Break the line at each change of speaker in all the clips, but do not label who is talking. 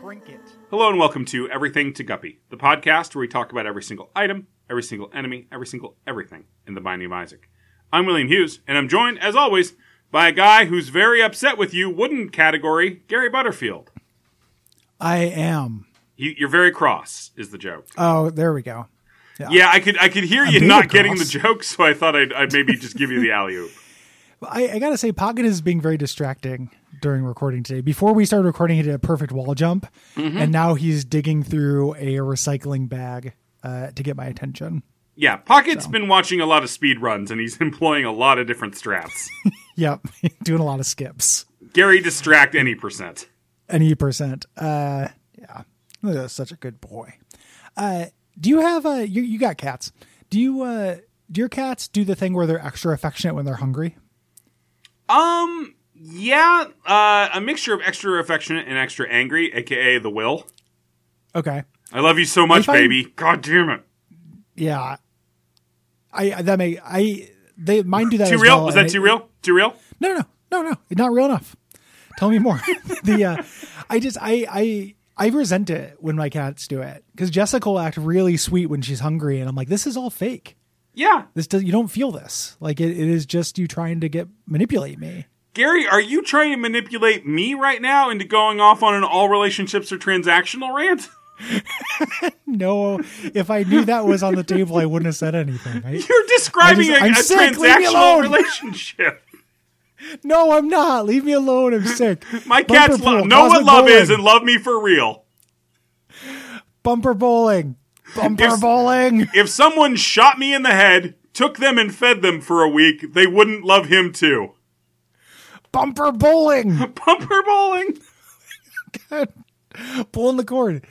trinket.
Hello and welcome to Everything to Guppy, the podcast where we talk about every single item, every single enemy, every single everything in the Binding of Isaac. I'm William Hughes, and I'm joined, as always, by a guy who's very upset with you, wooden category, Gary Butterfield.
I am.
You, you're very cross, is the joke.
Oh, there we go.
yeah, I could I could hear you
being
not getting the
cross.
joke, so I thought I'd, I'd maybe just give you the alley oop.
Well, I, I gotta say, Pocket is being very distracting during recording today. Before we started recording, he did a perfect wall jump, and now he's digging through a recycling bag uh, to get my attention.
Yeah, Pocket's been watching a lot of speed runs, and he's employing a lot of different strats.
Yep, doing a lot of skips.
Gary distract any percent.
Any percent. Uh, yeah, Ugh, such a good boy. Uh, do you have uh, you? You got cats? Do you? Uh, do your cats do the thing where they're extra affectionate when they're hungry?
Um, yeah, uh, a mixture of extra affectionate and extra angry, aka the will.
Okay.
I love you so much,
find-
baby. God damn it.
Yeah. I I- that may I they mine do that
Too
as
real?
well,
Was
and
that
it-
too real? Too real?
No, no, no, no, not real enough. Tell me more. the uh, I just I I I resent it when my cats do it because Jessica will act really sweet when she's hungry, and I'm like, this is all fake.
Yeah.
This does you don't feel this. Like it, it is just you trying to get manipulate me.
Gary, are you trying to manipulate me right now into going off on an all relationships are transactional rant?
No, if I knew that was on the table, I wouldn't have said anything. Right?
You're describing
just-
a,
I'm
a
sick, leave me
transactional
alone.
relationship.
No, I'm not. Leave me alone. I'm sick.
My
Bumper
cats lo-
pool,
know what
cosmic
love
bowling,
is and love me for real.
bumper bowling. Bumper
Yes.
bowling.
If someone shot me in the head, took them and fed them for a week, they wouldn't love him too.
bumper bowling,
Bumper bowling.
pulling the cord.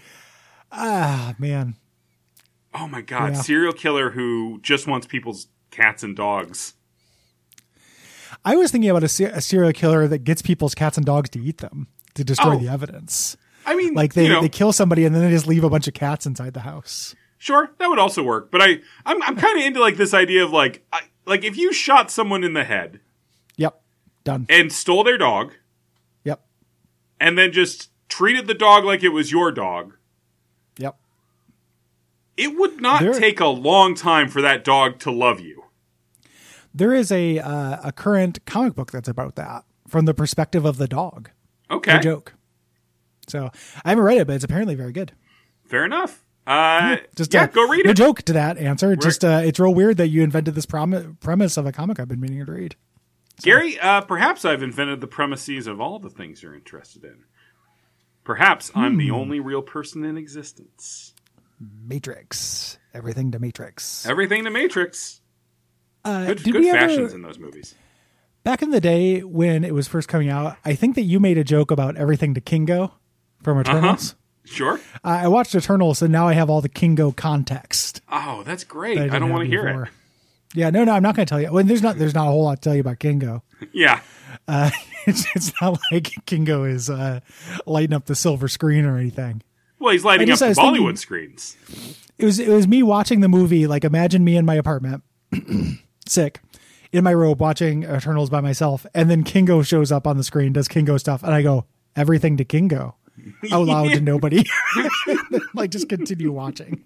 Ah, man.
Oh my god, serial killer who just wants people's cats and dogs.
I was thinking about a, se- a serial killer that gets people's cats and dogs to eat them to destroy
Oh.
the evidence.
I mean,
Like they,
you know,
they kill somebody and then they just leave a bunch of cats inside the house.
sure that would also work. But I, I'm, I'm kind of into like this idea of like, I, like if you shot someone in the head
Yep. Done.
and stole their dog
Yep.
and then just treated the dog like it was your dog,
Yep.
it would not
There-
take a long time for that dog to love you.
There is a uh, a current comic book that's about that from the perspective of the dog.
Okay,
No joke. So I haven't read it, but it's apparently very good.
fair enough. Uh,
Just
yeah,
uh,
go read
no
it.
joke to that answer. Just uh, it's real weird that you invented this prom- premise of a comic I've been meaning to read.
Gary, uh, perhaps I've invented the premises of all the things you're interested in. Perhaps I'm
Hmm.
the only real person in existence.
Matrix. Everything to Matrix.
Everything to Matrix.
Uh,
Good,
did
good
we
fashions
ever,
in those movies.
back in the day when it was first coming out, I think that you made a joke about everything to Kingo from
Uh-huh.
Eternals.
Sure.
Uh, I watched Eternals, so now I have all the Kingo context.
Oh, that's great.
that
I,
didn't
don't
have
want to hear
before. Yeah, no, no, I'm not going to tell you. Well, there's not, there's not a whole lot to tell you about Kingo.
it. Yeah.
Uh, it's, it's not like Kingo is uh, lighting up the silver screen or anything.
Well, he's lighting
I
up
just-
the
I was
Bollywood
thinking-
screens.
it was it was me watching the movie like imagine me in my apartment sick in my robe watching eternals by myself and then kingo shows up on the screen does kingo stuff and i go everything to kingo out loud to nobody like just continue watching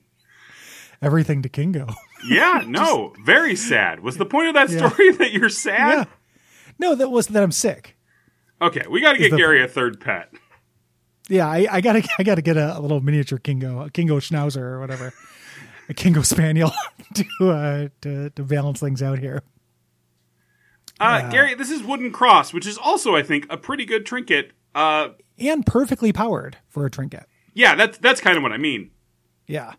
everything to kingo
Yeah, no. very sad. Was the point of that story that you're sad?
no that was that i'm sick
Okay, we got to get
the-
Gary a third pet.
yeah i, I gotta i gotta get a, a little miniature kingo a kingo schnauzer or whatever a kingo spaniel to uh to, to balance things out here
Uh, Gary, this is Wooden Cross, which is also, I think, a pretty good trinket. Uh,
and perfectly powered for a trinket
yeah, that's that's kind of what I mean.
Yeah.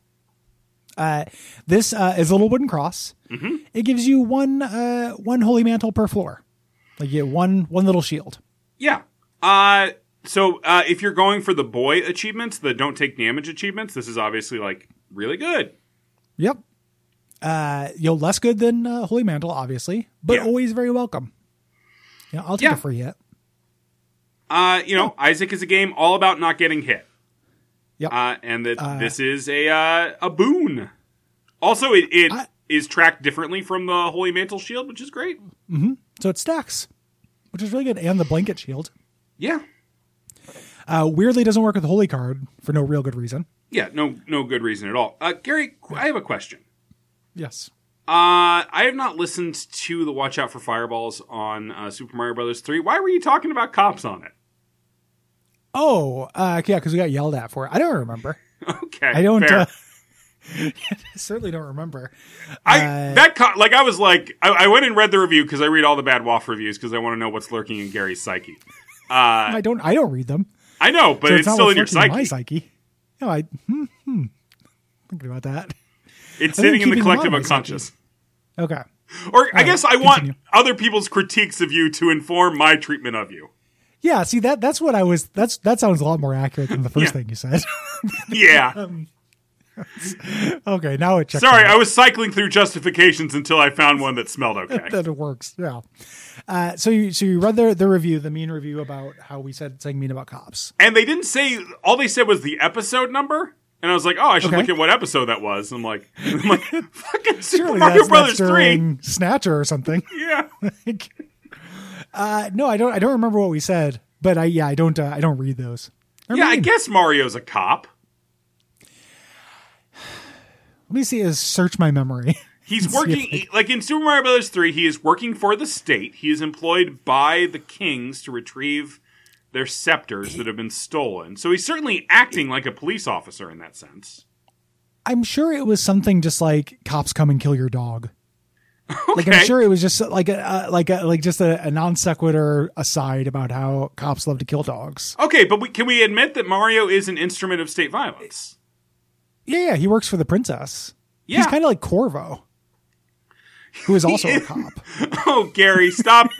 Uh, this uh, is a little wooden cross.
Mm-hmm.
It gives you one uh, one holy mantle per floor. Like you get one one little shield.
Yeah. Uh, so uh, if you're going for the boy achievements, the don't take damage achievements, this is obviously like really good.
Yep. Uh, you know, less good than uh, holy mantle, obviously, but
Yeah.
always very welcome. You know, I'll take
Yeah.
a free hit.
Uh, you know, Isaac is a game all about not getting hit.
Yep.
Uh, and that this is a uh, a boon. Also, it, it is
I-
tracked differently from the Holy Mantle Shield, which is great.
so it stacks, which is really good, and the blanket shield.
Yeah.
Uh, weirdly, doesn't work with Holy Card for no real good reason.
Yeah, no, no good reason at all. Uh, Gary, qu- I have a question.
Yes.
Uh, I have not listened to the Watch Out for Fireballs on uh, Super Mario Brothers Three. Why were you talking about cops on it?
Oh, uh, yeah, because we got yelled at for it. I don't remember.
Okay,
I don't.
fair.
Uh, certainly don't remember.
I
uh,
that co- like I was like I, I went and read the review because I read all the bad Waff reviews because I want to know what's lurking in Gary's psyche. Uh,
I don't. I don't read them.
I know, but
So
it's,
not
still in your
what's lurking
psyche.
My psyche. No, I. Hmm, hmm. Thinking about that.
It's
I didn't
sitting in
keep
the
it in
collective
my psyche.
unconscious.
Okay.
Or I guess I want
continue.
other people's critiques of you to inform my treatment of you.
Yeah. See that. That's what I was. That's that sounds a lot more accurate than the first
Yeah.
thing you said.
Yeah.
okay. Now it checks.
Sorry, I was cycling through justifications until I found one that smelled okay.
that it works. Yeah. Uh, so you so you read the the review, the mean review about how we said saying mean about cops.
And they didn't say all they said was the episode number. And I was like, oh, I should
Okay.
look at what episode that was. And I'm like, I'm like fucking Super
Surely
Mario
that's
Brothers
not
three.
during Snatcher or something.
Yeah.
Like, uh, no, I don't. I don't remember what we said, but I yeah, I don't. Uh, I don't read those. They're
Yeah, I
mean.
guess Mario's a cop.
Let me see. Is search my memory.
He's
if
working like in Super Mario Brothers 3, he is working for the state. He is employed by the kings to retrieve their scepters that have been stolen. So he's certainly acting like a police officer in that sense.
I'm sure it was something just like cops come and kill your dog. Like
Okay.
I'm sure it was just uh, like a, a like a like just a, a non sequitur aside about how cops love to kill dogs.
Okay, but we, can we admit that Mario is an instrument of state violence?
Yeah, yeah, he works for the princess.
Yeah.
He's kind of like Corvo, who is also a
is.
cop.
Oh, Gary, stop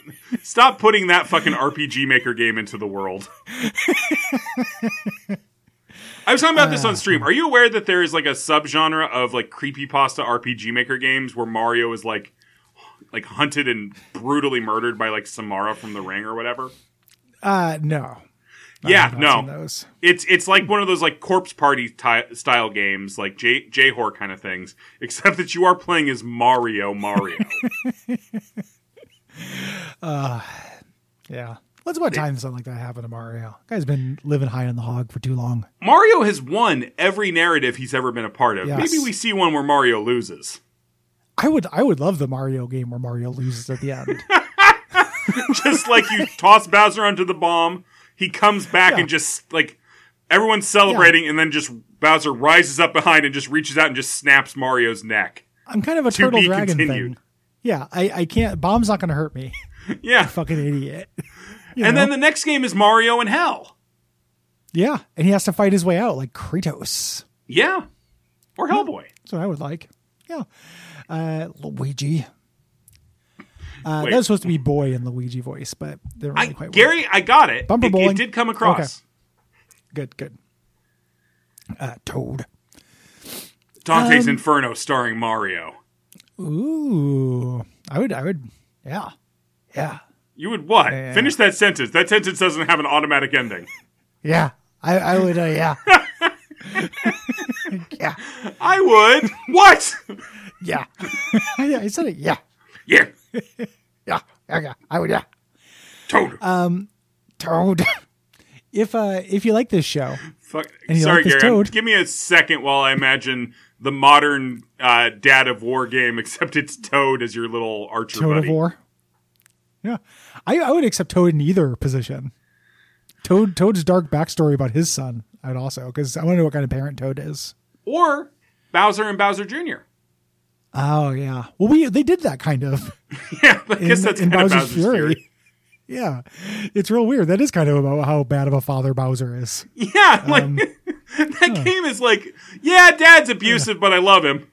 stop putting that fucking RPG Maker game into the world. I was talking about this on stream. Are you aware that there is like a subgenre of like creepypasta RPG Maker games where Mario is like like hunted and brutally murdered by like Samara from the Ring or whatever?
Uh, no.
yeah,
I've not seen
no.
those.
It's it's like one of those like corpse party ty- style games, like J J horror kind of things, except that you are playing as Mario Mario.
Yeah. What's about time something like that happened to Mario? Guy's been living high on the hog for too long.
Mario has won every narrative he's ever been a part of.
Yes.
Maybe we see one where Mario loses.
I would I would love the Mario game where Mario loses at the end.
Just like you toss Bowser onto the bomb, he comes back and just like everyone's celebrating and then just Bowser rises up behind and just reaches out and just snaps Mario's neck.
I'm kind of a
To
turtle
be
dragon
continued.
thing. Yeah, I, I can't. Bomb's not going to hurt me.
Yeah.
Fucking idiot. You
And
know?
then the next game is Mario in Hell.
yeah, and he has to fight his way out like Kratos.
Yeah. Or Hellboy.
That's what I would like. Yeah, uh, Luigi. Uh,
Wait.
that was supposed to be boy in Luigi voice, but they're really
I,
quite work.
Gary, I got it.
Bumper
it, it
bowling.
did come across.
good. Good. Uh, Toad.
Dante's
Um,
Inferno starring Mario.
Ooh, I would. I would. Yeah, yeah,
You would what?
Yeah.
Finish that sentence. That sentence doesn't have an automatic ending.
yeah. I, I would. Uh, yeah, yeah,
I would. what?
yeah. yeah. I said it. Yeah,
Yeah.
yeah, yeah. yeah. I would. Yeah.
Toad.
Uh, Toad. If uh if you like this show,
Fuck.
and you
Sorry,
like this
Gary. I'm-
toad?
Give me a second while I imagine the modern uh, Dad of War game, except it's Toad as your little archer
Toad of
buddy.
War. Yeah. I, I would accept Toad in either position. Toad Toad's dark backstory about his son, I'd also because I want to know what kind of parent Toad is.
Or Bowser and Bowser Jr.
Oh yeah. Well we they did that kind of
Yeah, I guess that's
in
kind of Bowser's Fury.
Yeah. It's real weird. That is kind of about how bad of a father Bowser is. Um,
Yeah, like that game is like, yeah, Dad's abusive, but I love him.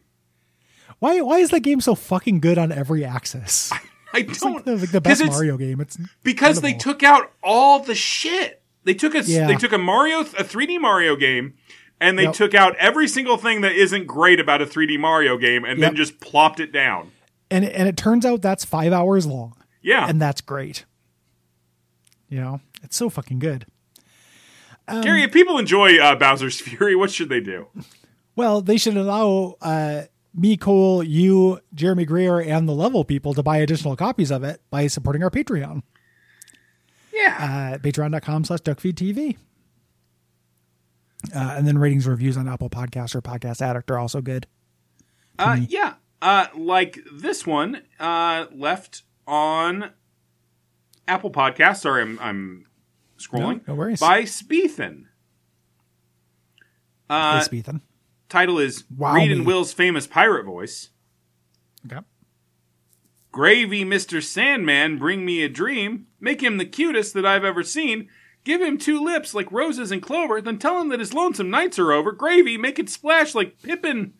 Why why is that game so fucking good on every axis?
I
It's
don't
like the, like the
'cause
best
it's-
Mario game. It's
because they took out all the shit. They took a
Yeah.
they took a Mario a 3D Mario game and they
Yep.
took out every single thing that isn't great about a 3D Mario game and then
Yep.
just plopped it down.
and and it turns out that's five hours long.
Yeah.
and that's great. You know, it's so fucking good.
Gary, if people enjoy uh, Bowser's Fury, what should they do?
Well, they should allow uh, me, Cole, you, Jeremy Greer, and the level people to buy additional copies of it by supporting our Patreon,
Yeah.
uh, patreon.com slash duckfeedtv. Uh, and then ratings and reviews on Apple Podcasts or Podcast Addict are also good.
Uh, yeah, uh, like this one uh, left on Apple Podcasts. Sorry, I'm, I'm scrolling.
No, no worries.
By Speethan. Uh,
Thanks, Ethan.
title is
Wow
Reed
me.
and Will's famous pirate voice.
Okay.
Gravy, Mr. Sandman, bring me a dream. Make him the cutest that I've ever seen. Give him two lips like roses and clover. Then tell him that his lonesome nights are over. Gravy, make it splash like Pippin.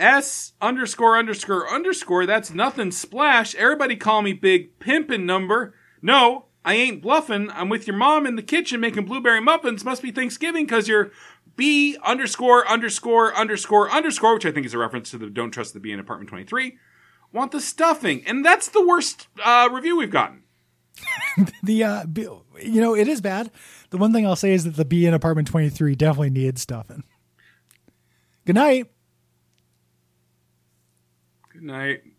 S underscore underscore underscore. That's nothing splash. Everybody call me Big Pimpin' Number. No, I ain't bluffing. I'm with your mom in the kitchen making blueberry muffins. Must be Thanksgiving because you're B underscore underscore underscore underscore, which I think is a reference to the Don't Trust the Bee in Apartment 23 want the stuffing, and that's the worst uh, review we've gotten.
The uh, b- you know it is bad. The one thing I'll say is that the B in apartment twenty three definitely needs stuffing. Good night.
Good night.